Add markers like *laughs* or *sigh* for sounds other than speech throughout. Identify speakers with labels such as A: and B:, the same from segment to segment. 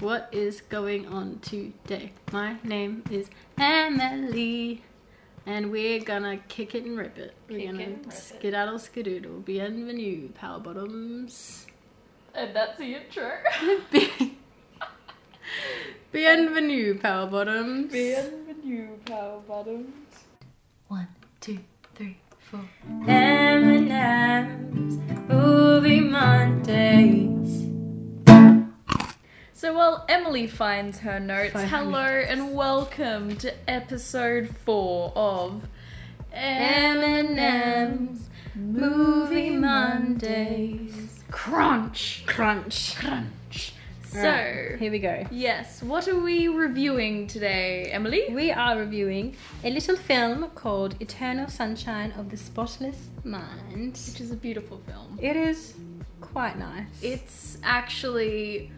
A: What is going on today? My name is Emily, and we're gonna kick it and rip it. We're
B: Kick
A: gonna
B: it and rip it.
A: skedaddle, skadoodle, bienvenue, power
B: *laughs*
A: bottoms.
B: And that's the *laughs* intro.
A: bienvenue, power bottoms.
B: Bienvenue, Power Bottoms.
A: One, two, three, four. M&M's Movie Mondays.
B: So while Emily finds her notes,
A: Finds her
B: hello and welcome to episode four of
A: M&M's Movie Mondays.
B: Crunch.
A: Crunch.
B: Crunch. So,
A: Right, here we go.
B: yes, what are we reviewing today, Emily?
A: We are reviewing a little film called Eternal Sunshine of the Spotless Mind.
B: Which is a beautiful film.
A: It is quite nice.
B: It's actually.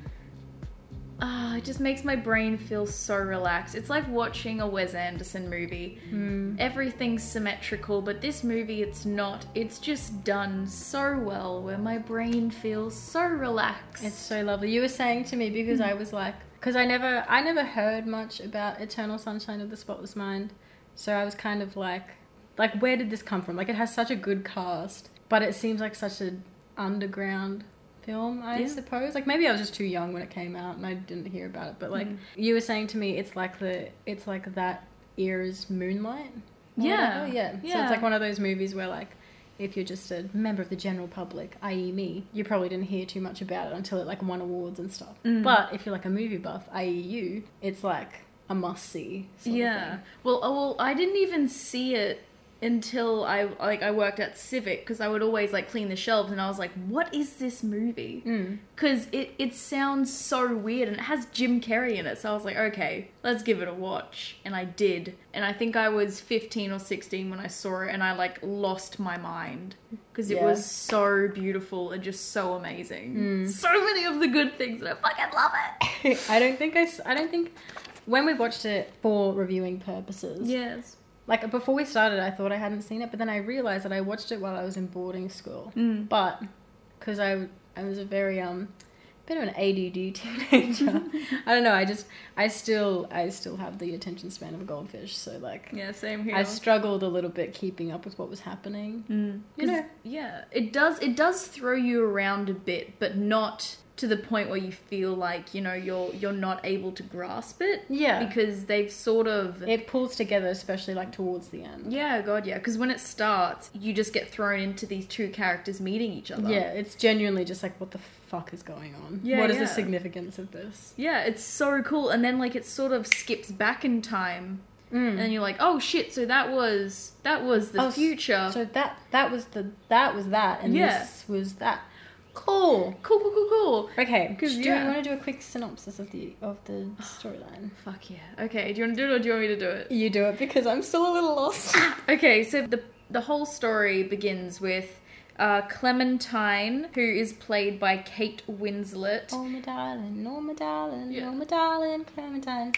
B: ah, it just makes my brain feel so relaxed. It's like watching a Wes Anderson movie.
A: Mm.
B: Everything's symmetrical, but this movie it's not. It's just done so well where my brain feels so relaxed.
A: It's so lovely. You were saying to me because
B: Hmm.
A: I was like, because I never, I never heard much about Eternal Sunshine of the Spotless Mind, so I was kind of like, like where did this come from? Like it has such a good cast, but it seems like such an underground film. I
B: Yeah.
A: suppose. Like maybe I was just too young when it came out and I didn't hear about it. But like
B: Hmm.
A: you were saying to me, it's like the, it's like that era's Moonlight. or
B: Yeah.
A: whatever. yeah, So
B: Yeah.
A: it's like one of those movies where like if you're just a member of the general public, i.e., me, you probably didn't hear too much about it until it like won awards and stuff. But if you're like a movie buff, i.e., you, it's like a must see.
B: yeah. Well, oh, well, I didn't even see it until I like I worked at Civic because I would always like clean the shelves and I was like, what is this movie?
A: Mm.
B: Because it it sounds so weird and it has Jim Carrey in it, so I was like, okay, let's give it a watch, and I did. And I think I was fifteen or sixteen when I saw it, and I like lost my mind because it
A: Yeah. Mm.
B: was so beautiful and just so amazing. So many of the good things, and I fucking love it.
A: *coughs* *laughs* I don't think I, s- I don't think when we watched it for reviewing purposes,
B: Yes.
A: like before we started, I thought I hadn't seen it, but then I realized that I watched it while I was in boarding school.
B: Mm.
A: But because I, I was a very um, bit of an ADD *laughs* teenager. I don't know. I just I still I still have the attention span of a goldfish. So like
B: Yeah. Same here.
A: I struggled a little bit keeping up with what was happening. You know.
B: Mm. yeah, it does. It does throw you around a bit, but not to the point where you feel like you know you're you're not able to grasp it.
A: Yeah.
B: because they've sort of
A: It pulls together, especially like towards the end.
B: yeah, God, yeah. Because when it starts, you just get thrown into these two characters meeting each other.
A: Yeah, it's genuinely just like what the fuck is going on?
B: Yeah,
A: what is the
B: yeah.
A: significance of this?
B: yeah, it's so cool. And then like it sort of skips back in time, and then you're like, oh shit, so that was that was the
A: Mm. Oh, s-
B: future.
A: So that that was the that was that, and
B: Yeah.
A: this was that. Cool.
B: cool, cool, cool, cool.
A: Okay. Do
B: 'Cause,
A: you
B: yeah.
A: want to do a quick synopsis of the of the storyline?
B: Fuck yeah. Okay, do you want to do it or do you want me to do it?
A: You do it because I'm still a little lost.
B: Okay, so the the whole story begins with uh, Clementine, who is played by Kate Winslet.
A: *laughs* oh my darling, oh my darling,
B: Yeah.
A: oh my darling, Clementine.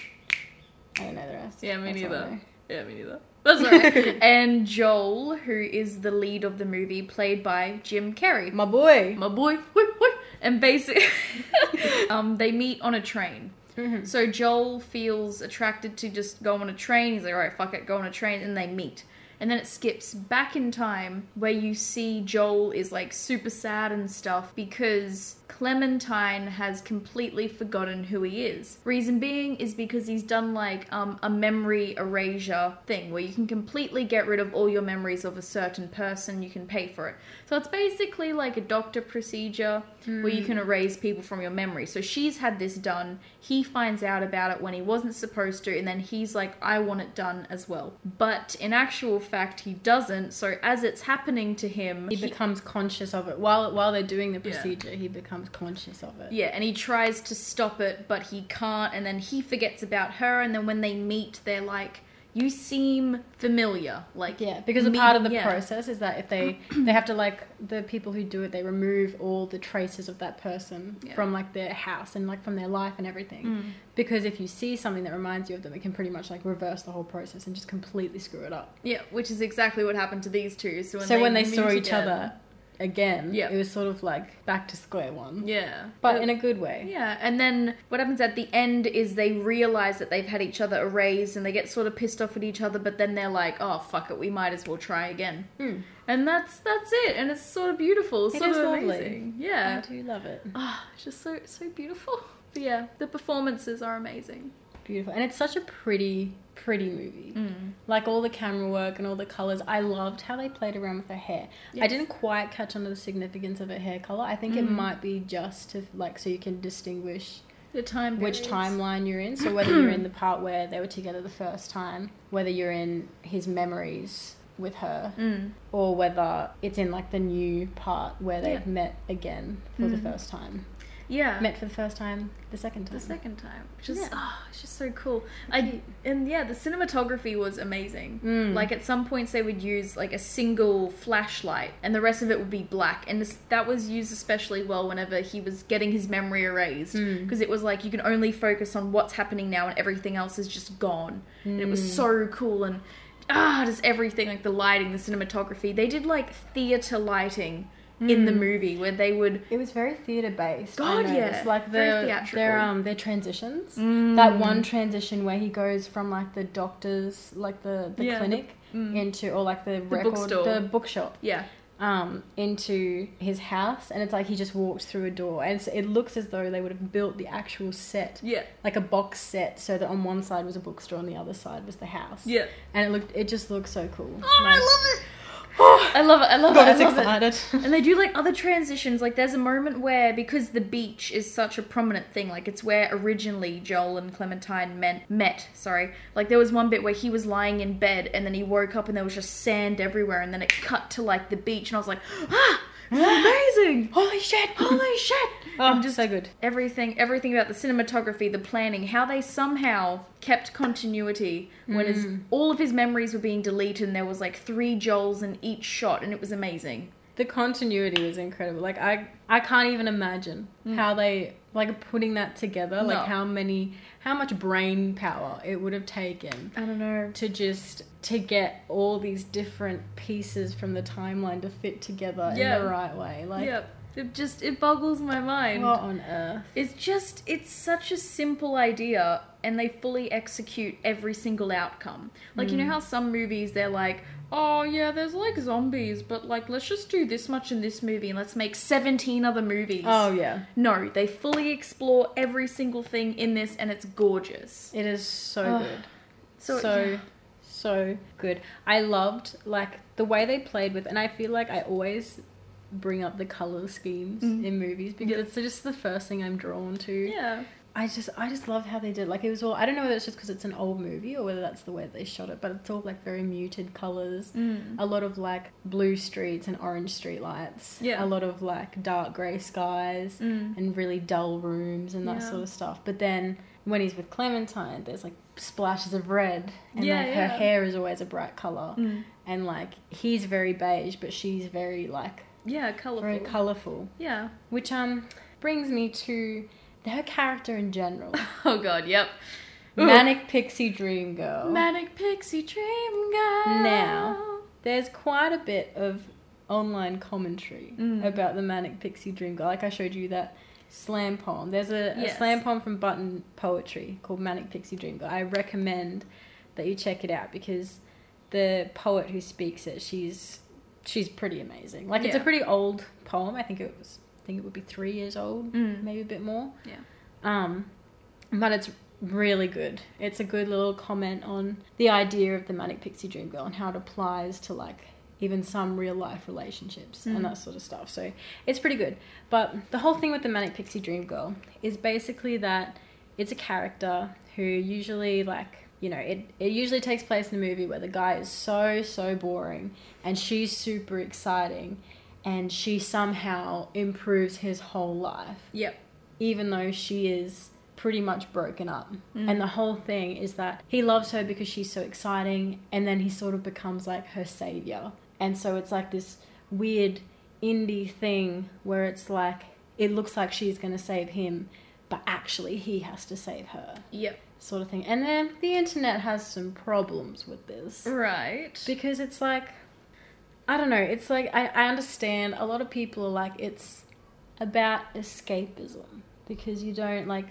A: I don't know the rest.
B: Yeah, me
A: That's all I
B: neither.
A: know.
B: Yeah, me neither. That's
A: *laughs*
B: alright. and Joel, who is the lead of the movie, played by Jim Carrey.
A: My boy.
B: My boy, whoop, whoop. and basic. *laughs* um, they meet on a train. So Joel feels attracted to just go on a train. He's like, all right, fuck it, go on a train, and they meet. And then it skips back in time where you see Joel is like super sad and stuff because Clementine has completely forgotten who he is. Reason being is because he's done like um, a memory erasure thing where you can completely get rid of all your memories of a certain person, you can pay for it. So it's basically like a doctor procedure where
A: Hmm.
B: you can erase people from your memory. So she's had this done. He finds out about it when he wasn't supposed to, and then he's like, I want it done as well. But in actual fact, he doesn't. So as it's happening to him,
A: He
B: he-
A: becomes conscious of it while while they're doing the
B: Yeah.
A: procedure. He becomes conscious of it.
B: Yeah, and he tries to stop it, but he can't, and then he forgets about her, and then when they meet, they're like, You seem familiar. Like,
A: Yeah, because a
B: me-
A: part of the
B: yeah.
A: process is that if
B: *clears throat*
A: they they have to like the people who do it, they remove all the traces of that person
B: Yeah.
A: from like their house and like from their life and everything.
B: Hmm.
A: Because if you see something that reminds you of them, it can pretty much like reverse the whole process and just completely screw it up.
B: Yeah, which is exactly what happened to these two. So when
A: so
B: they,
A: when they
B: meet
A: saw each
B: again-
A: other, again.
B: Yeah.
A: It was sort of like back to square one.
B: Yeah.
A: But in a good way.
B: Yeah, and then what happens at the end is they realize that they've had each other erased and they get sort of pissed off at each other, but then they're like, "Oh fuck it, we might as well try again."
A: Hmm.
B: And that's that's it, and it's sort of beautiful,
A: It
B: sort
A: is
B: of
A: lovely.
B: amazing. Yeah,
A: I do love it.
B: Ah, it's just so so beautiful. But yeah, the performances are amazing.
A: Beautiful. And it's such a pretty, pretty movie. Like all the camera work and all the colors. I loved how they played around with her hair. I
B: Yes.
A: didn't quite catch on to the significance of her hair color. I think it
B: Mm.
A: might be just to like so you can distinguish
B: The time
A: which
B: periods.
A: timeline you're in. So whether you're
B: *clears throat*
A: in the part where they were together the first time, whether you're in his memories with her,
B: Mm.
A: or whether it's in like the new part where they've
B: Yeah.
A: met again for the
B: Mhm.
A: first time.
B: Yeah.
A: Met for the first time, the second time.
B: the second time, which is
A: Yeah.
B: oh, it's just so cool. I and yeah, the cinematography was amazing.
A: Mm.
B: Like at some points they would use like a single flashlight, and the rest of it would be black, and this, that was used especially well whenever he was getting his memory erased,
A: Mm.
B: because it was like you can only focus on what's happening now, and everything else is just gone. And it
A: Mm.
B: was so cool and. Ah, just everything like the lighting, the cinematography. They did like theater lighting in the
A: Mm.
B: movie where they would
A: It was very theater based.
B: God, yeah.
A: Like
B: Very
A: the, their
B: theatrical. Mm.
A: um their transitions. That one transition where he goes from like the doctor's like the, the
B: Yeah, the- mm.
A: clinic into or like the, record
B: bookstore.
A: the bookshop
B: yeah
A: um into his house and it's like he just walked through a door and so it looks as though they would have built the actual set
B: yeah
A: like a box set so that on one side was a bookstore and the other side was the house
B: yeah.
A: and it looked it just looked so cool
B: Oh,
A: Like-
B: I love
A: *gasps*
B: it. I love it. I love
A: God,
B: it. I
A: it's
B: love it.
A: excited *laughs*
B: And they do like other transitions. Like there's a moment where because the beach is such a prominent thing, like it's where originally Joel and Clementine met. Met, sorry. Like there was one bit where he was lying in bed and then he woke up and there was just sand everywhere, and then it cut to like the beach, and I was like, *gasps* ah, it's amazing.
A: holy shit
B: Holy shit!
A: oh just so good
B: everything everything about the cinematography the planning how they somehow kept continuity when his, all of his memories were being deleted and there was like three joels in each shot and it was amazing
A: the continuity was incredible like i i can't even imagine how they like putting that together like
B: No.
A: how many how much brain power it would have taken
B: i don't know
A: to just to get all these different pieces from the timeline to fit together
B: Yeah.
A: in the right way like
B: yep it just it boggles my mind
A: what on earth
B: it's just it's such a simple idea and they fully execute every single outcome like
A: Mm.
B: you know how some movies they're like oh yeah there's like zombies but like let's just do this much in this movie and let's make 17 other movies
A: oh yeah
B: No, they fully explore every single thing in this, and it's gorgeous.
A: it is so
B: Ugh.
A: good
B: So,
A: so
B: yeah.
A: so good i loved like the way they played with and i feel like i always bring up the color schemes in movies because it's just the first thing i'm drawn to
B: Mm. yeah,
A: i just i just love how they did like it was all i don't know whether it's just because it's an old movie or whether that's the way that they shot it but it's all like very muted colors
B: Mm.
A: a lot of like blue streets and orange street lights
B: Yeah.
A: a lot of like dark gray skies
B: Mm.
A: and really dull rooms and that
B: Yeah.
A: sort of stuff. But then when he's with Clementine, there's like splashes of red, and
B: Yeah,
A: like
B: yeah.
A: her hair is always a bright color,
B: Mm.
A: and like he's very beige, but she's very like
B: yeah, colorful.
A: very colorful, *laughs*
B: yeah.
A: which um brings me to her character in
B: *laughs*
A: general,
B: Oh god, yep. Ooh.
A: manic pixie dream girl.
B: Manic pixie dream girl.
A: Now. there's quite a bit of online commentary
B: Mm.
A: about the manic pixie dream girl. Like I showed you that slam poem. There's a, a
B: Yes.
A: slam poem from Button Poetry called Manic Pixie Dream Girl. I recommend that you check it out because the poet who speaks it, she's she's pretty amazing. Like it's a
B: Yeah.
A: pretty old poem. I think it was I think it would be three years old,
B: Mm.
A: maybe a bit more.
B: Yeah.
A: Um, but it's really good. It's a good little comment on the idea of the manic pixie dream girl and how it applies to like even some real life relationships
B: Mm.
A: and that sort of stuff. So it's pretty good. But the whole thing with the manic pixie dream girl is basically that it's a character who usually like you know it, it usually takes place in a movie where the guy is so so boring and she's super exciting and she somehow improves his whole life
B: Yep.
A: even though she is pretty much broken up.
B: Mm.
A: And the whole thing is that he loves her because she's so exciting, and then he sort of becomes like her savior. And so it's like this weird indie thing where it's like it looks like she's going to save him, but actually he has to save her,
B: Yep.
A: sort of thing. And then the internet has some problems with this
B: Right.
A: because it's like I don't know. It's like I, I understand a lot of people are like it's about escapism because you don't like.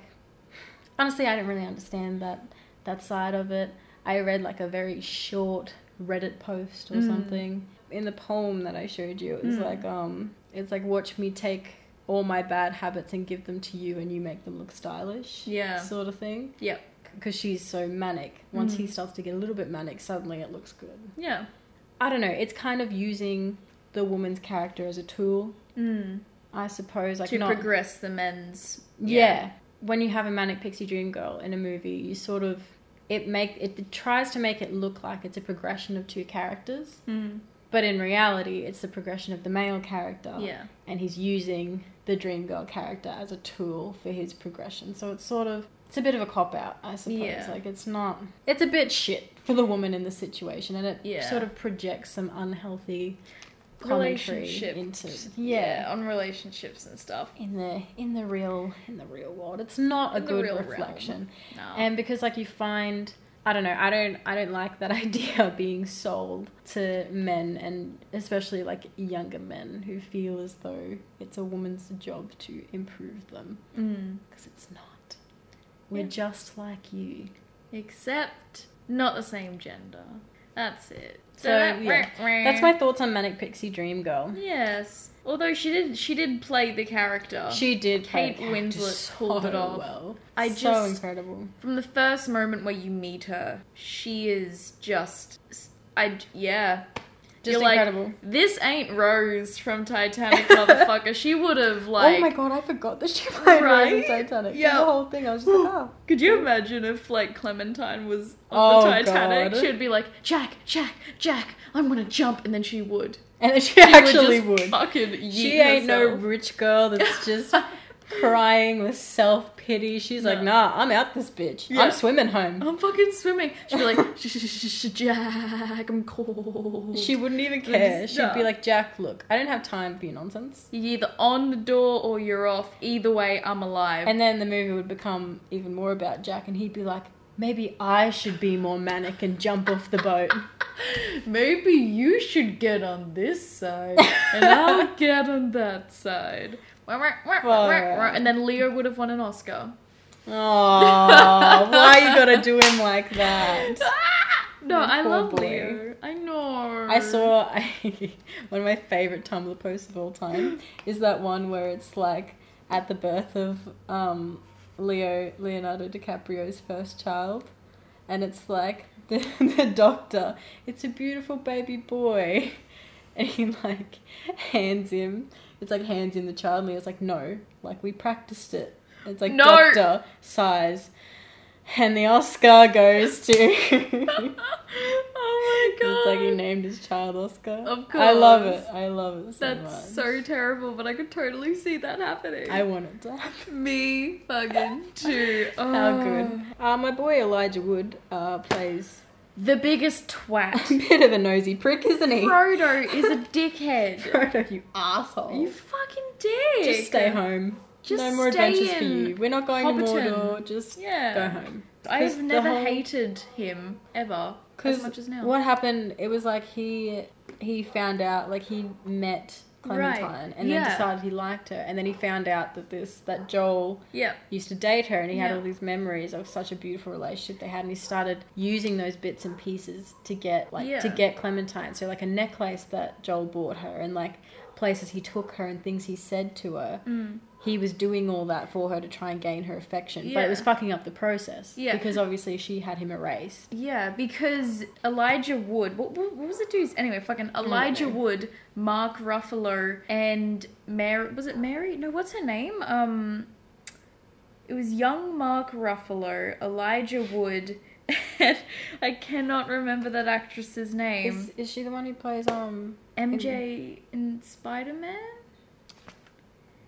A: Honestly, I don't really understand that that side of it. I read like a very short Reddit post or
B: Mm.
A: something in the poem that I showed you. It was
B: Mm.
A: like um, it's like watch me take all my bad habits and give them to you, and you make them look stylish.
B: Yeah.
A: sort of thing.
B: Yep.
A: Because she's so manic. Once
B: Mm.
A: he starts to get a little bit manic, suddenly it looks good.
B: Yeah.
A: I don't know. It's kind of using the woman's character as a tool,
B: Mm.
A: I suppose. Like
B: to
A: not,
B: progress the men's.
A: yeah. When you have a manic pixie dream girl in a movie, you sort of it make it tries to make it look like it's a progression of two characters,
B: Mm.
A: but in reality, it's the progression of the male character,
B: Yeah.
A: and he's using the dream girl character as a tool for his progression. So it's sort of it's a bit of a cop out, I suppose.
B: Yeah.
A: Like it's not it's a bit shit for the woman in the situation, and it
B: Yeah.
A: sort of projects some unhealthy commentary
B: Relationships.
A: into
B: yeah.
A: yeah.
B: On relationships and stuff.
A: in the in the real in the real world. It's not a
B: In the
A: good
B: real realm.
A: reflection.
B: No.
A: And because like you find I don't know, I don't I don't like that *laughs* idea of being sold to men and especially like younger men who feel as though it's a woman's job to improve them
B: mm.
A: because it's not. We're
B: Yeah.
A: just like you.
B: Except not the same gender. That's it.
A: So, yeah. That's my thoughts on Manic Pixie Dream Girl.
B: Yes. Although she did, she did play the character.
A: She did play
B: Kate
A: the character
B: Winslet pulled it off.
A: Well.
B: I
A: so
B: just-
A: incredible.
B: From the first moment where you meet her, she is just. I yeah.
A: Just
B: like,
A: incredible.
B: This ain't Rose
A: *laughs*
B: from Titanic, motherfucker. She would have like.
A: oh my god, I forgot that she played Rose in
B: Right?
A: Titanic.
B: Yeah.
A: The whole thing, I was *gasps* just like, oh.
B: Could you imagine if like Clementine was
A: Oh,
B: on the Titanic?
A: God.
B: She'd be like, Jack, Jack, Jack, I'm gonna jump, and then she would.
A: And then she,
B: She would
A: actually
B: just
A: would.
B: Fucking yeet
A: She ain't no
B: herself.
A: rich girl
B: *laughs*
A: that's just crying with self pity. She's like,
B: No.
A: nah, I'm out this bitch.
B: Yeah.
A: I'm swimming home.
B: I'm fucking swimming. She'd
A: *laughs*
B: be like, "Sh- sh- sh- sh- Jack, I'm cold.
A: She wouldn't even
B: Like,
A: care.
B: just-
A: She'd be
B: no.
A: like, Jack, look, I don't have time for your nonsense.
B: You're either on the door or you're off. Either way, I'm alive.
A: And then the movie would become even more about Jack, and he'd be like, maybe I should be more manic and jump off the
B: *laughs*
A: boat.
B: maybe you should get on this side,
A: *laughs*
B: and I'll get on that side. And then Leo would have won an Oscar.
A: Oh, why you gotta do him like that?
B: Ah! No, I
A: Poor
B: love
A: boy.
B: Leo. I know.
A: I
B: *laughs*
A: saw *laughs* one of my favorite Tumblr posts of all time is that one where it's like at the birth of um, Leo Leonardo DiCaprio's first child, and it's like *laughs* the, the doctor. It's a beautiful baby boy, *laughs* and he like hands him. It's like hands him the child, and Leo's like, no, like we practiced it. It's like
B: No.
A: doctor sighs, and the Oscar goes
B: *laughs*
A: to. *laughs*
B: oh my god.
A: It's like he named his child Oscar.
B: Of
A: I love
B: course.
A: it. I love it so
B: That's
A: much.
B: so terrible, but I could totally see that happening.
A: I want it to happen.
B: Me fucking too.
A: *laughs*
B: Oh.
A: How good. Uh, my boy Elijah Wood uh, plays
B: The biggest
A: a *laughs*
B: twat.
A: bit of a nosy prick, isn't he?
B: Frodo
A: *laughs*
B: is a dickhead.
A: Frodo, you asshole.
B: you fucking dick.
A: Just stay home.
B: Just
A: no more
B: stay
A: adventures for
B: in
A: you. We're not going
B: Hobbiton.
A: to Mordor. Just
B: Yeah.
A: go home.
B: I've
A: the
B: never
A: whole-
B: hated him ever as much as now.
A: what happened? It was like he he found out like he met
B: Right.
A: Clementine and then
B: Yeah.
A: decided he liked her, and then he found out that this that Joel
B: Yeah.
A: used to date her and he
B: Yeah.
A: had all these memories of such a beautiful relationship they had and he started using those bits and pieces to get like to
B: Yeah.
A: get clementine so like a necklace that joel bought her and like places he took her and things he said to her
B: Mm.
A: he was doing all that for her to try and gain her affection but it was
B: Yeah.
A: fucking up the process
B: Yeah.
A: because obviously she had him erased
B: Yeah, because Elijah Wood. What, what, what was the dude's anyway? Fucking Elijah
A: know.
B: Wood, Mark Ruffalo, and Mary. Was it Mary? No, what's her name? Um, it was young Mark Ruffalo, Elijah Wood, *laughs* and I cannot remember that actress's name.
A: is, is she the one who plays um
B: MJ in Spider Man?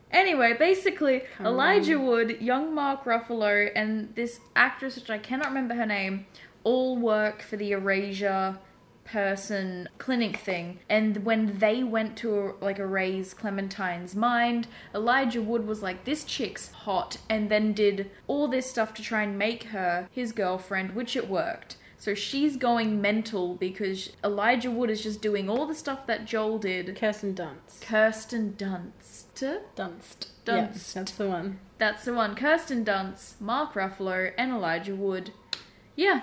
B: Anyway, basically,
A: Can't
B: Elijah Wood, young Mark Ruffalo, and this actress, which I cannot remember her name, all work for the Erasure person clinic thing and when they went to like erase clementine's mind elijah wood was like this chick's hot and then did all this stuff to try and make her his girlfriend which it worked So she's going mental because Elijah Wood is just doing all the stuff that Joel did.
A: Kirsten Dunst.
B: Kirsten Dunst.
A: Dunst. Yeah,
B: Dunst.
A: that's the one.
B: That's the one. Kirsten Dunst, Mark Ruffalo, and Elijah Wood. Yeah.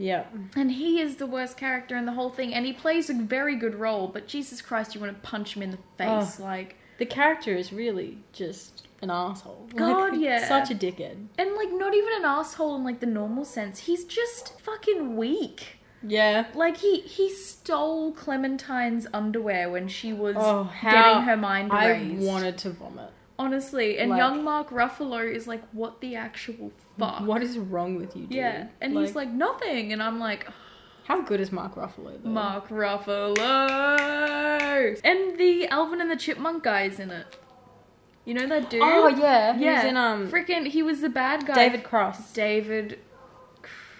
A: Yeah.
B: And he is the worst character in the whole thing, and he plays a very good role, but Jesus Christ, you want to punch him in the face. Like,
A: The character is really just an asshole. *laughs*
B: God, yeah.
A: Such a dickhead.
B: and like, not even an asshole in like the normal sense. He's just fucking weak.
A: Yeah.
B: Like he he stole Clementine's underwear when she was
A: Oh, how
B: getting her mind
A: I
B: raised.
A: wanted to vomit.
B: Honestly, and
A: like-
B: young Mark Ruffalo is like, what the actual fuck?
A: What is wrong with you, dude?
B: Yeah, and he's like nothing, and I'm like,
A: how good is Mark Ruffalo? Though?
B: Mark Ruffalo, and the Alvin and the Chipmunk guy is in it. You know that dude?
A: Oh yeah, he
B: yeah.
A: was in um
B: Frickin', he was the bad guy.
A: David Cross.
B: David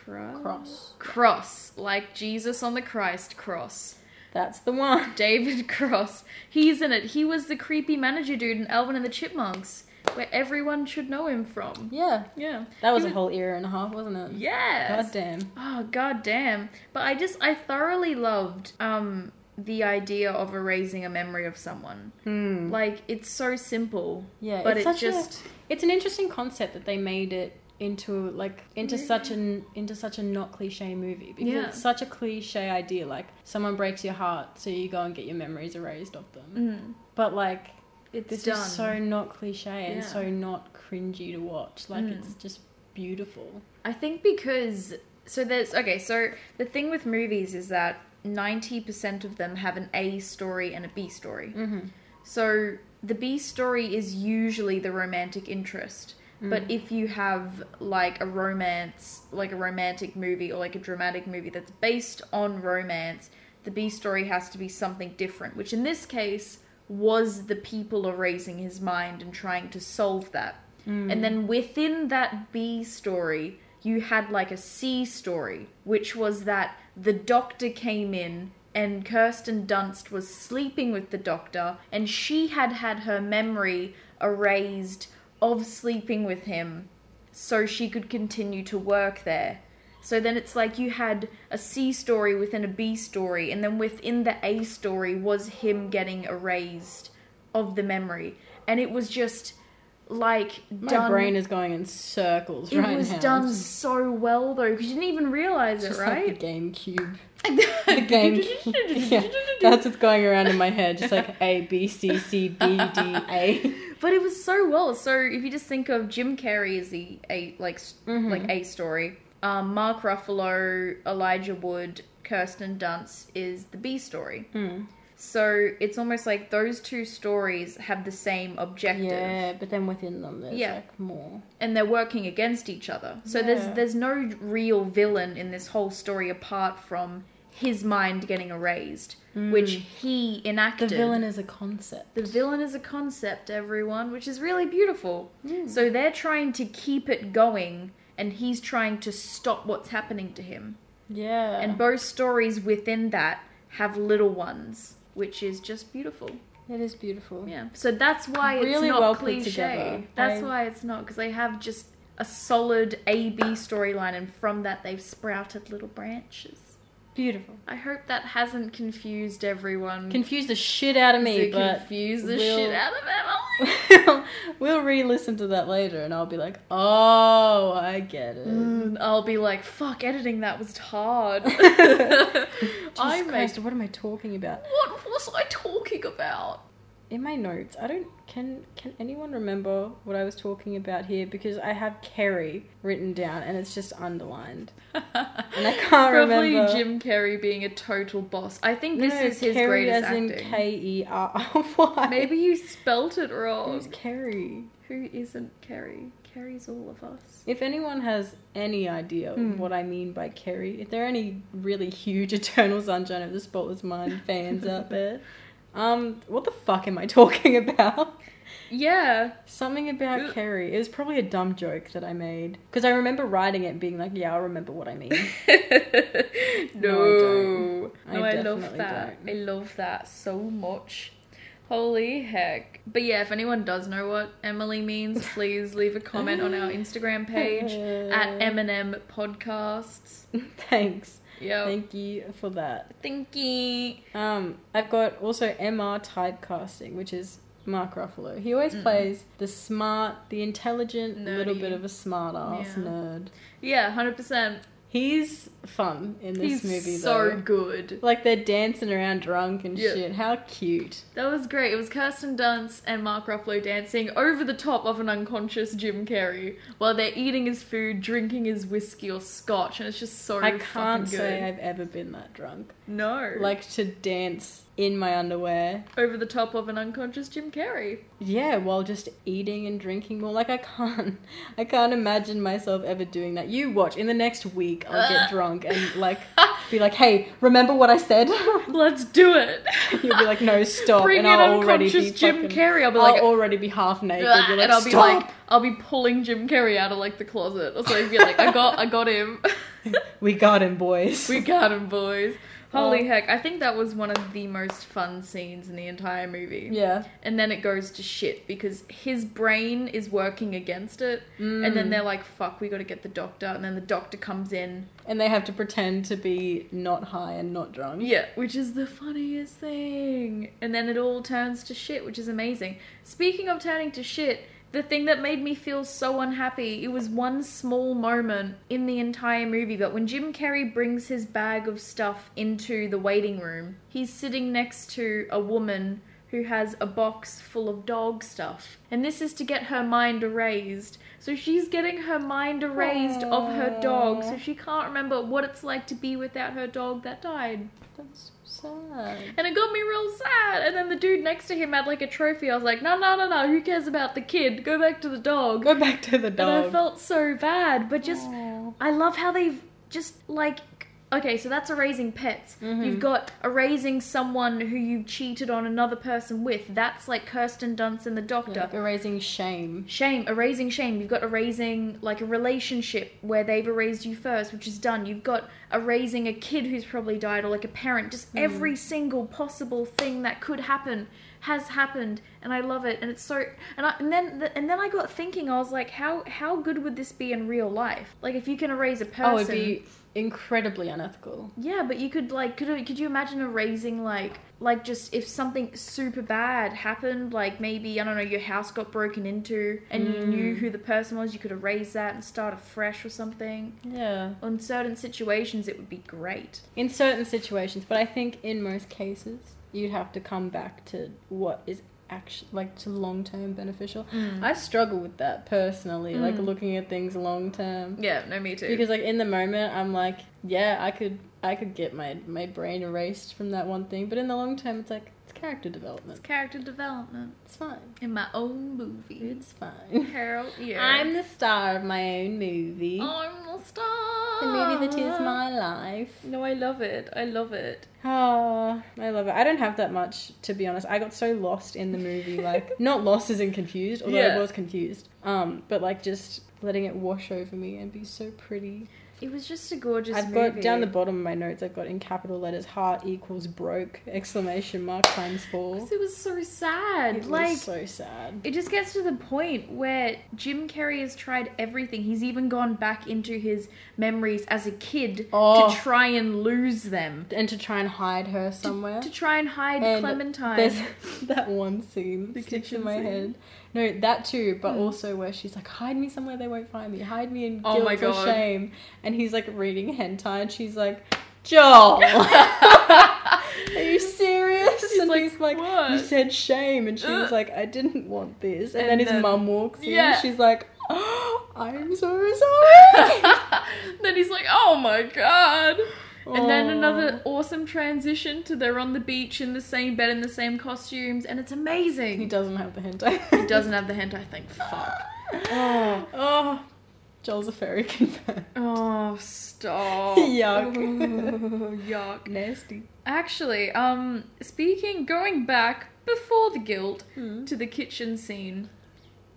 B: Cross.
A: Cross.
B: Cross, like Jesus on the Christ cross.
A: That's the one. *laughs*
B: David *laughs* Cross. He's in it. He was the creepy manager dude in Alvin and the Chipmunks, where everyone should know him from.
A: Yeah,
B: Yeah.
A: that was
B: He
A: a whole era and a half, wasn't it?
B: Yes.
A: God damn.
B: Oh god damn. But I just I thoroughly loved um the idea of erasing a memory of someone.
A: Hmm.
B: Like it's so simple.
A: Yeah,
B: But
A: it's
B: it
A: such a-
B: just
A: It's an interesting concept that they made it into like into such an into such a not cliche movie because
B: Yeah.
A: it's such a cliche idea. Like someone breaks your heart, so you go and get your memories erased of them.
B: mm,
A: But like
B: it's
A: this
B: done.
A: is so not cliche and
B: Yeah.
A: so not cringy to watch. Like
B: Mm.
A: it's just beautiful.
B: I think because so there's okay, so the thing with movies is that 90% of them have an A story and a B story.
A: Mm-hmm.
B: So the B story is usually the romantic interest.
A: Mm.
B: But if you have like a romance, like a romantic movie or like a dramatic movie that's based on romance, the B story has to be something different, which in this case was the people erasing his mind and trying to solve that. And then within that B story, you had like a C story, which was that the doctor came in and Kirsten Dunst was sleeping with the doctor, and she had had her memory erased of sleeping with him so she could continue to work there. So then it's like you had a C story within a B story, and then within the A story was him getting erased of the memory. And it was just like
A: My
B: done.
A: brain is going in circles
B: it
A: right
B: was
A: now.
B: done *laughs*
A: It's
B: so well though, because you didn't even realize it,
A: just
B: right?
A: like the
B: *laughs*
A: GameCube.
B: the
A: game. *laughs* yeah, that's what's going around in my head. Just like A B C C B D A.
B: *laughs* But it was so well. So if you just think of Jim Carrey as the a like s
A: Mhm.
B: like a story, um, Mark Ruffalo, Elijah Wood, Kirsten Dunst is the B story.
A: Mm.
B: So it's almost like those two stories have the same objective,
A: Yeah, but then within them, there's
B: Yeah.
A: like more.
B: and they're working against each other. So
A: Yeah.
B: there's there's no real villain in this whole story apart from his mind getting erased, which he
A: Mm. The
B: enacted.
A: villain is a concept.
B: The villain is a concept, everyone, which is really beautiful.
A: Hmm.
B: So they're trying to keep it going, and he's trying to stop what's happening to him.
A: Yeah,
B: And both stories within that have little ones, which is just beautiful.
A: it is beautiful.
B: Yeah. So that's why it's
A: Really
B: not
A: well put together.
B: cliche. That's
A: I-
B: why it's not, because they have just a solid A B storyline, and from that, they've sprouted little branches.
A: Beautiful.
B: I hope that hasn't confused everyone.
A: Confuse the shit out of me,
B: Confuse
A: but
B: the
A: we'll-
B: shit out of Emily.
A: *laughs* we'll re-listen to that later, and I'll be like, "Oh, I get it."
B: Mm, I'll be like, fuck, editing that was
A: *laughs*
B: hard. *laughs*
A: Jesus
B: I made.
A: Christ, what am I talking about?
B: What was I talking about?
A: In my notes, I don't. Can can anyone remember what I was talking about here? Because I have Kerry written down, and it's just *laughs* underlined, and I can't
B: Probably
A: remember.
B: Jim Carrey being a total boss. I think
A: No,
B: this is his
A: Kerry
B: greatest
A: as in
B: acting.
A: K E R R Y.
B: Maybe you spelt
A: Who's
B: it wrong.
A: Kerry?
B: Who isn't Carrie? Carrie's all of us.
A: If anyone has any idea of
B: Hmm.
A: what I mean by Kerry, if there are any really huge *laughs* Eternal Sunshine of the Spotless Mind fans out there, um, what the fuck am I *laughs* talking about?
B: Yeah.
A: Something about
B: Ugh.
A: Kerry. It was probably a dumb joke that I made because I remember writing it, and being like, "Yeah, I remember what I mean."
B: no.
A: don't.
B: No,
A: I
B: I, love
A: definitely
B: that.
A: don't.
B: I love that so much. Holy heck. But yeah, if anyone does know what
A: *laughs*
B: Emily means, please leave a comment on our Instagram *laughs*
A: *laughs*
B: page at Eminem Podcasts.
A: Thanks.
B: Yeah.
A: Thank you for that.
B: Thank you.
A: Um, I've got also MR typecasting, which is Mark Ruffalo. He always plays the smart, the intelligent, little
B: Nerdy.
A: bit of a smart ass
B: Yeah.
A: nerd.
B: Yeah, 100%.
A: He's fun in this
B: He's
A: movie
B: so
A: though.
B: good.
A: Like they're dancing around drunk and
B: Yeah.
A: shit. How cute.
B: That was great. It was Kirsten Dunst and Mark Ruffalo dancing over the top of an unconscious Jim Carrey while they're eating his food, drinking his whiskey or scotch, and it's just so
A: I
B: fucking
A: can't
B: good.
A: say I've ever been that drunk.
B: no.
A: Like to dance in my underwear.
B: over the top of an unconscious
A: *laughs*
B: Jim Carrey.
A: Yeah, while just eating and drinking more. Like I can't I can't imagine myself ever doing that. You watch. In the next week I'll
B: *laughs*
A: get drunk and like be like, Hey, remember what I said? *laughs*
B: Let's do *laughs* it.
A: You'll be like, No, stop
B: Bring
A: and
B: in
A: I'll already be
B: unconscious Jim
A: fucking-
B: Carrey. I'll be
A: I'll
B: like,
A: already be half naked.
B: "Ah,"
A: You're like,
B: and I'll be
A: "Stop."
B: like, I'll be pulling Jim Carrey out of like the closet or something. Be like, I got, I got him. *laughs*
A: We got him, boys.
B: we got him, boys. Holy
A: Oh.
B: heck! I think that was one of the most fun scenes in the entire movie.
A: *laughs* Yeah.
B: And then it goes to shit because his brain is working against it. And
A: Mm.
B: then they're like, "Fuck, we got to get the doctor." And then the doctor comes in.
A: And they have to pretend to be not high and not drunk.
B: Yeah, which is the funniest thing. And then it all turns to shit, which is amazing. Speaking of turning to shit, the thing that made me feel so unhappy, it was one small moment in the entire movie, but when Jim Carrey brings his bag of stuff into the waiting room, he's sitting next to a woman who has a box full of dog stuff. And this is to get her mind erased. So she's getting her mind erased of her dog, so she can't remember what it's like to be without her dog that died.
A: That's so sad.
B: And it got me real sad. And then the dude next to him had like a trophy. I was like, no, no, no, no. Who cares about the kid? Go back to the dog.
A: Go back to the
B: And I
A: dog.
B: felt so bad. But just,
A: Aw.
B: I love how they've just like. Okay, so that's erasing pets.
A: Mm-hmm.
B: You've got erasing someone who you cheated on another person with. That's like Kirsten Dunst and the Doctor.
A: Yeah, erasing shame.
B: Shame, erasing shame. You've got erasing like a relationship where they've erased you first, which is done. You've got erasing a kid who's probably died or like a parent. Just
A: Mm.
B: every single possible thing that could happen has happened, and I love it. And it's so and I, and then the, and then I got thinking. I was like, how how good would this be in real life? Like if you can erase a person.
A: Oh, it'd be incredibly unethical.
B: Yeah, but you could like could could you imagine erasing like like just if something super bad happened, like maybe I don't know your house got broken into and you knew
A: Mm.
B: who the person was, you could erase that and start afresh or something.
A: Yeah.
B: On certain situations, it would be great.
A: In certain situations, but I think in most cases, you'd have to come back to what is actually like to long term beneficial. I struggle with that personally,
B: Mm.
A: like looking at things long term.
B: Yeah, no, me too.
A: because like in the moment i'm like yeah i could i could get my my brain erased from that one thing but in the long term it's like it's character development
B: character development
A: it's fine
B: in my own movie.
A: it's fine
B: Harold, yeah,
A: i'm the star of my own movie
B: I'm the star.
A: the movie that is my life
B: No, I love it. I love it.
A: oh i love it i don't have that much to be honest i got so lost in the
B: *laughs*
A: movie like not lost as in confused although
B: Yeah.
A: i was confused um but like just letting it wash over me and be so pretty
B: It was just a gorgeous
A: I've
B: movie.
A: got down the bottom of my notes. I've got in capital letters heart equals broke exclamation mark times four.
B: 'Cause it was so sad.
A: It was
B: like
A: so sad.
B: It just gets to the point where Jim Carrey has tried everything. He's even gone back into his memories as a kid
A: Oh.
B: to try and lose them,
A: And to try and hide her somewhere.
B: to try and hide
A: And
B: Clementine.
A: There's
B: *laughs*
A: *laughs* that one scene Hmm.
B: The
A: that sticks in
B: kitchen
A: my
B: scene.
A: head. No, that too, but also where she's like, "Hide me somewhere they won't find me. Hide me in
B: Oh
A: guilt
B: my
A: or
B: God.
A: shame." And he's like reading hentai, and she's like, *laughs* "Joel, are you serious?"
B: She's
A: and
B: like,
A: he's like, "You
B: "What?"
A: said shame," and she was
B: Ugh.
A: like, "I didn't want this." And,
B: And
A: then his
B: then-
A: mum walks in,
B: Yeah.
A: and she's like, "Oh, "I'm so sorry."
B: *laughs* then he's like, "Oh my god." *laughs* And then
A: Aw.
B: another awesome transition to they're on the beach in the same bed in the same costumes, and it's amazing.
A: he doesn't have the hentai. *laughs*
B: He doesn't have the hentai thing. Fuck.
A: *gasps* oh, oh, Joel's a fairy confirmed.
B: Oh,
A: *laughs*
B: stop.
A: Yuck.
B: Ooh, *laughs*
A: *laughs*
B: yuck.
A: Nasty.
B: Actually, um, speaking, going back before the guild
A: Hmm.
B: to the kitchen scene,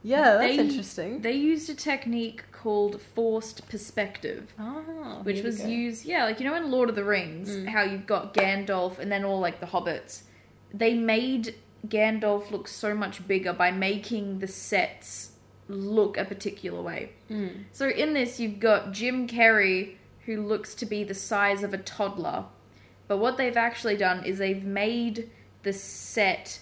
A: Yeah, that's
B: They-
A: interesting.
B: they used a technique called forced perspective,
A: Ah,
B: which
A: here we
B: was
A: go. Mm.
B: used, yeah, like you know in Lord of the Rings, how you've got Gandalf and then all like the hobbits. They made Gandalf looks so much bigger by making the sets look a particular way.
A: Mm.
B: So in this, you've got Jim Carrey, who looks to be the size of a toddler, but what they've actually done is they've made the set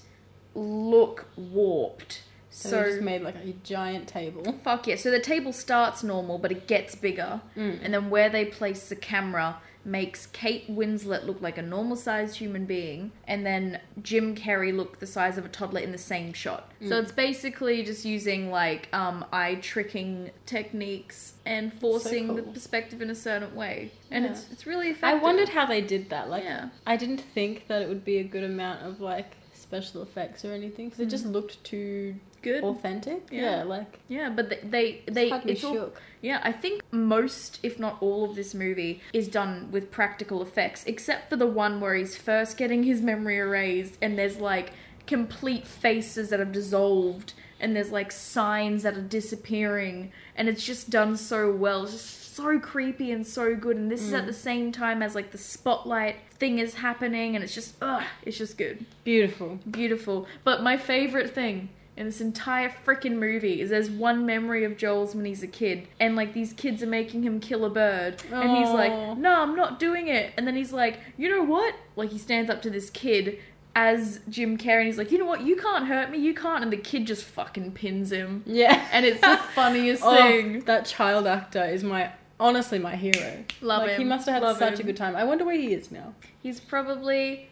B: look warped.
A: So,
B: So,
A: they just made like a giant table.
B: fuck yeah! So the table starts normal, but it gets bigger,
A: Mm.
B: and then where they place the camera makes Kate Winslet look like a normal-sized human being, and then Jim Carrey look the size of a toddler in the same shot.
A: Mm.
B: So it's basically just using like um, eye tricking techniques and forcing the
A: cool.
B: perspective in a certain way, and
A: Yeah.
B: it's it's really
A: I
B: effective.
A: wondered how they did that. Like,
B: yeah,
A: I didn't think that it would be a good amount of like special effects or anything because it just looked too
B: good.
A: authentic.
B: Mm. Yeah.
A: Yeah, like
B: Yeah, but th- they they
A: had me
B: it's all
A: shook.
B: yeah. I think most, if not all, of this movie is done with practical effects, except for the one where he's first getting his memory erased, and there's like complete faces that have dissolved, and there's like signs that are disappearing, and it's just done so well. It's just so creepy and so good, and this is at the same time as like the spotlight thing is happening, and it's just ugh, it's just good.
A: Beautiful.
B: Beautiful. But my favorite thing in this entire freaking movie is there's one memory of Joel's when he's a kid, and like these kids are making him kill a bird, and he's
A: Aw.
B: like, "No, I'm not doing it." And then he's like, "You know what?" Like he stands up to this kid as Jim Carrey, and he's like, "You know what? You can't hurt me. You can't." And the kid just fucking pins him,
A: Yeah. *laughs*
B: and it's the funniest
A: oh,
B: thing.
A: that child actor is my honestly my hero.
B: Love
A: like, He
B: him.
A: must have had
B: Love
A: such
B: him.
A: a good time. I wonder where he is now.
B: He's probably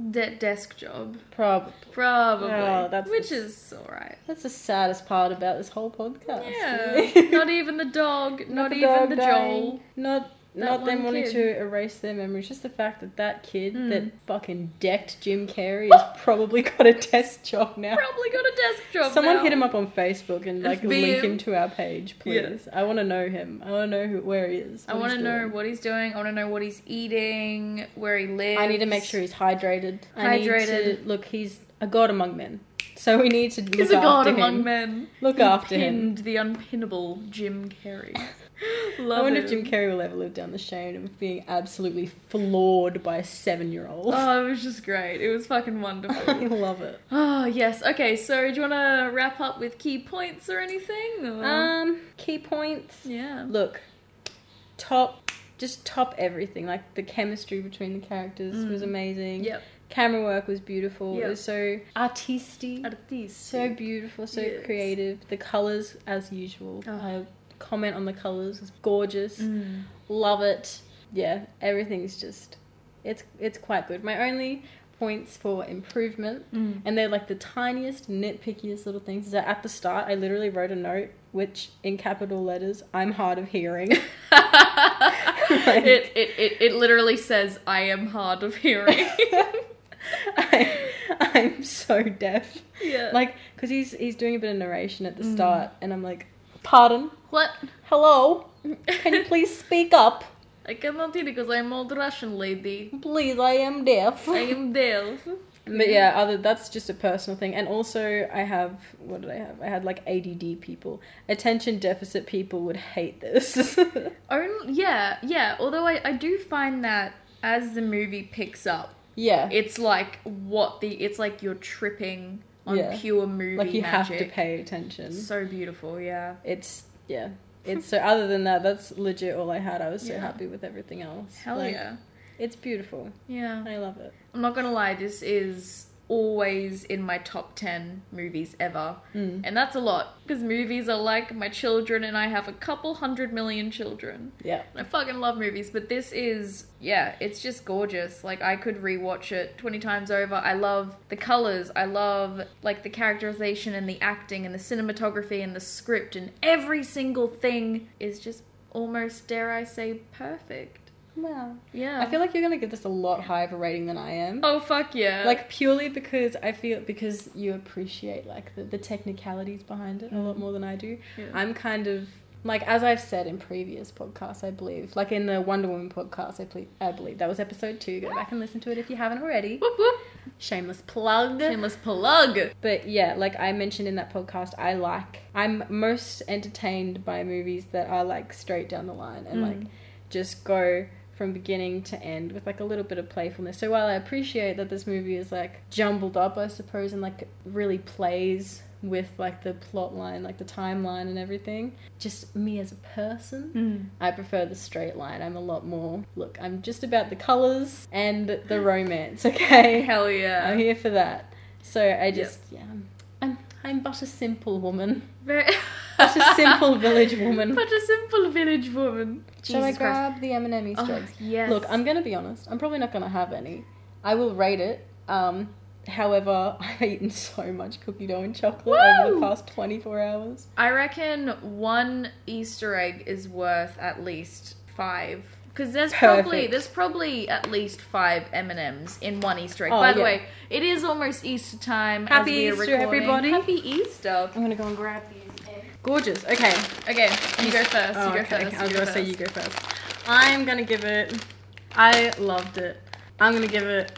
B: that desk job,
A: Probably.
B: probably,
A: Oh, that's
B: which
A: the-
B: is all right.
A: That's the saddest part about this whole podcast.
B: Yeah.
A: *laughs*
B: not even the dog, not,
A: the
B: even
A: dog
B: the
A: dying,
B: Joel.
A: Not
B: That
A: not them
B: one
A: wanting
B: kid.
A: to erase their memories. Just the fact that that kid
B: Mm.
A: that fucking decked Jim
B: *laughs*
A: Carrey has probably got a desk job now.
B: Probably got a desk job.
A: Someone
B: now.
A: hit him up on Facebook and like
B: Be
A: link
B: him.
A: him to our page,
B: Yeah.
A: please. I want to know him. I want to know who, where he is.
B: I
A: what
B: want to
A: he's
B: know
A: doing.
B: what he's doing. I want to know what he's eating, where he lives.
A: I need to make sure he's hydrated. I need
B: Hydrated.
A: to, look, he's a god among men, so we need to look
B: he's a god
A: after
B: among
A: him.
B: men.
A: Look
B: He
A: after him.
B: pinned The unpinnable Jim Carrey.
A: *laughs*
B: Love
A: I wonder if
B: him.
A: Jim Carrey will ever live down the shame of being absolutely floored by a seven-year-old.
B: Oh, it was just great. It was fucking *laughs* wonderful.
A: I *laughs* love it.
B: oh yes. Okay. So do you want to wrap up with key points or anything? or-
A: Um, key points.
B: yeah.
A: Look, top, just top everything. Like the chemistry between the characters
B: Mm.
A: was amazing.
B: Yep.
A: Camera work was beautiful.
B: Yep.
A: It was so artistic,
B: Artist.
A: so beautiful, so
B: Yes.
A: creative. The colors, as usual.
B: Oh.
A: I comment on the colors. It's gorgeous.
B: Mm.
A: Love it. Yeah, everything's just, it's it's quite good. My only points for improvement *laughs*
B: Mm. *laughs*
A: and they're like the tiniest, nitpickiest little things. Is that at the start, I literally wrote a note, which in capital letters, I'm hard of hearing. *laughs*
B: it, it, it, it literally says, I am hard of hearing.
A: *laughs*
B: *laughs*
A: I, I'm so deaf.
B: yeah.
A: Like, because he's, he's doing a bit of narration at the start, and I'm like, pardon?
B: what?
A: Hello? Can you please speak up?
B: I cannot hear because I'm old Russian lady.
A: Please, I am deaf. *laughs*
B: I am deaf.
A: But yeah, other that's just a personal thing. And also, I have what did I have? I had like ADD people. Attention deficit people would hate this. *laughs*
B: Only, yeah, yeah. Although I, I do find that as the movie picks up,
A: yeah,
B: it's like what the, it's like you're tripping on
A: Yeah.
B: pure movie
A: like you
B: magic.
A: have to pay attention.
B: So beautiful, yeah.
A: It's yeah. It's so other than that, that's legit all I had. I was so
B: Yeah.
A: happy with everything else.
B: Hell
A: Like,
B: yeah.
A: It's beautiful.
B: Yeah.
A: I love it.
B: I'm not gonna lie, this is always in my top 10 movies ever.
A: Mm.
B: And that's a lot, because movies are like my children, and I have a couple hundred million children.
A: Yeah.
B: I fucking love movies, but this is, yeah, it's just gorgeous. Like, I could rewatch it 20 times over. I love the colors, I love, like, the characterization and the acting and the cinematography and the script, and every single thing is just almost, dare I say, perfect.
A: Wow.
B: Yeah.
A: I feel like you're gonna give this a lot higher of a rating than I am.
B: Oh, fuck yeah.
A: Like purely because I feel because you appreciate like the, the technicalities behind it a
B: Mm.
A: lot more than I do.
B: Yeah.
A: I'm kind of like as I've said in previous podcasts, I believe, like in the Wonder Woman podcast, I believe, I believe that was episode two. Go back and listen to it if you haven't already.
B: Whoop, whoop.
A: Shameless plug.
B: Shameless plug.
A: But yeah, like I mentioned in that podcast, I like I'm most entertained by movies that are like straight down the line and
B: Mm.
A: like just go from beginning to end with like a little bit of playfulness. So while I appreciate that this movie is like jumbled up, I suppose, and like really plays with like the plot line, like the timeline and everything, just me as a
B: Mm.
A: person, I prefer the straight line. I'm a lot more, look, I'm just about the colors and the romance, okay?
B: Hell yeah.
A: I'm here for that. So I just, yeah, I'm, I'm, I'm but a simple woman,
B: Very-
A: but a
B: *laughs*
A: *laughs* simple village woman.
B: But a simple village woman.
A: Shall I
B: Jesus Christ.
A: grab the M&M Easter
B: Oh,
A: eggs?
B: yes.
A: Look, I'm gonna be honest. I'm probably not gonna have any. I will rate it. Um, however, *laughs* I've eaten so much cookie dough and chocolate over the
B: Woo!
A: past 24 hours.
B: I reckon one Easter egg is worth at least five. Because there's probably
A: Perfect.
B: there's probably at least five M and M's in one Easter egg.
A: Oh,
B: By the
A: yeah.
B: way, it is almost Easter time. as
A: Happy
B: we are
A: Easter,
B: recording.
A: everybody.
B: Happy Easter.
A: I'm gonna go and grab these. eggs. Gorgeous. Okay.
B: Okay, you go first.
A: Oh,
B: you go
A: okay,
B: first.
A: okay.
B: you
A: I was
B: go
A: gonna
B: first.
A: say you go first. I'm gonna give it. I loved it. I'm gonna give it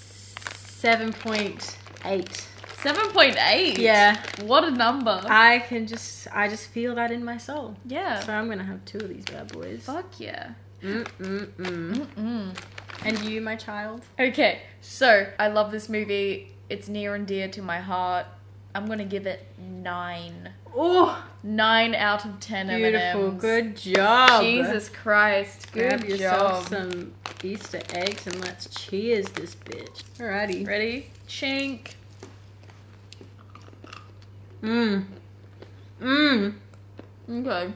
A: seven point eight.
B: Seven point eight.
A: Yeah. Ah.
B: What a number.
A: I can just. I just feel that in my soul.
B: yeah.
A: So I'm gonna have two of these bad boys.
B: Fuck yeah.
A: Mm mm mm.
B: Mm-mm.
A: And you, my child.
B: Okay, so I love this movie. It's near and dear to my heart. I'm gonna give it nine.
A: Oh,
B: Nine out of ten
A: beautiful.
B: M&Ms.
A: Good job.
B: Jesus Christ. Good
A: Grab yourself
B: job.
A: some Easter eggs and let's cheers this bitch. Alrighty.
B: Ready? Chink.
A: Mmm. Mmm.
B: Okay.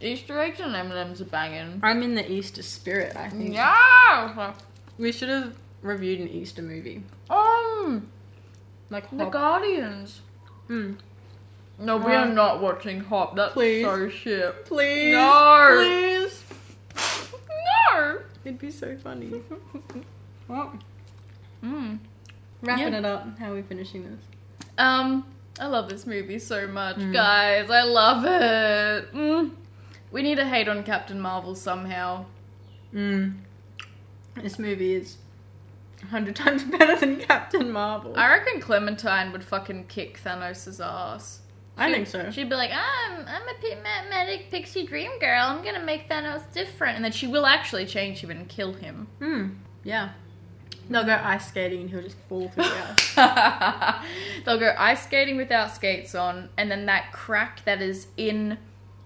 B: Easter eggs and M&Ms are banging.
A: I'm in the Easter spirit, I think.
B: Yeah.
A: We should have reviewed an Easter movie.
B: Um,
A: Like
B: The
A: Hop.
B: Guardians.
A: Mm.
B: No, we
A: Wow.
B: are not watching Hop. That's
A: Please.
B: so shit.
A: Please.
B: No.
A: Please.
B: no.
A: It'd be so funny. *laughs* well,
B: Mm.
A: wrapping
B: Yeah.
A: it up. How are we finishing this?
B: Um, I love this movie so much,
A: Mm.
B: guys. I love it. Mm. We need to hate on Captain Marvel somehow.
A: Mm. This movie is a hundred *laughs* times better than Captain Marvel.
B: I reckon Clementine would fucking kick Thanos' ass.
A: I
B: She-
A: think so.
B: She'd be like, I'm, I'm a pi- ma- magic pixie dream girl. I'm gonna make Thanos different. And then she will actually change him and
A: *laughs*
B: kill him.
A: Hmm. Yeah. They'll go ice skating and he'll just fall through the
B: *laughs*
A: ice.
B: They'll go ice skating without skates on, and then that crack that is in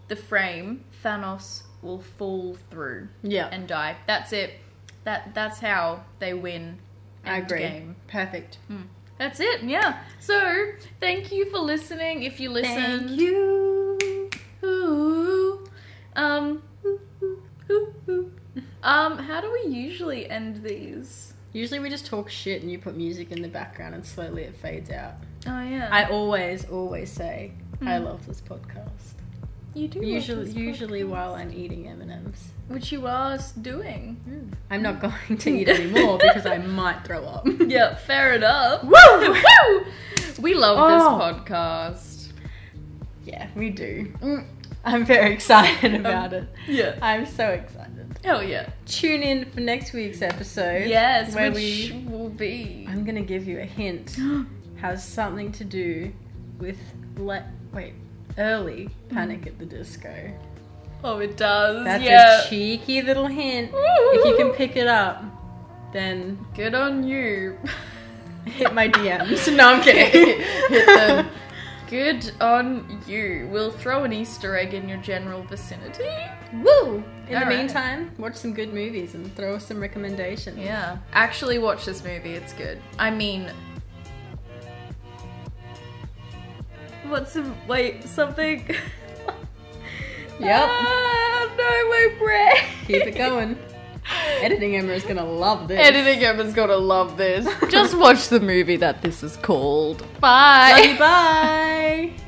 B: the frame, Thanos will fall through.
A: Yeah.
B: and die. That's it. That that's how they win.
A: I
B: End
A: agree.
B: game.
A: Perfect.
B: That's it. Yeah. So thank you for listening. If you listen,
A: you.
B: Ooh. um, ooh, ooh. um, how do we usually end these?
A: Usually we just talk shit and you put music in the background and slowly it fades out.
B: Oh yeah,
A: I always, always say I
B: Mm.
A: love this podcast.
B: you do
A: Usually,
B: watch this
A: usually
B: podcast.
A: while I'm eating M and M's.
B: which you are doing.
A: I'm not going to eat *laughs* anymore because I might throw up.
B: Yeah, fair
A: *laughs*
B: enough.
A: Woo!
B: *laughs* Woo! We love
A: Oh.
B: this podcast.
A: Yeah, we do.
B: Mm.
A: I'm very excited about it.
B: Yeah.
A: I'm so excited.
B: Hell yeah.
A: Tune in for next week's episode.
B: Yes,
A: where
B: which
A: we-
B: will
A: *gasps*
B: be.
A: I'm gonna give you a hint. Has something to do with let wait early Panic at the Disco.
B: Oh, it does.
A: That's
B: yeah.
A: a cheeky little hint. If you can pick it up, then
B: Good on you.
A: hit my DMs. No, I'm *laughs* kidding.
B: Hit them. Good on you. We'll throw an Easter egg in your general vicinity.
A: Woo! In the
B: Alright.
A: meantime, watch some good movies and throw us some recommendations.
B: Yeah. Actually, watch this movie. It's good. I mean. What's the. Wait, something.
A: *laughs*
B: yep.
A: Yep.
B: Ah, no, my brain.
A: Keep it
B: *laughs*
A: going. Editing Emma is gonna love this.
B: Editing Emma's
A: *laughs*
B: gonna love this. Just watch the movie that this is called. Bye. *laughs*
A: Love you, bye.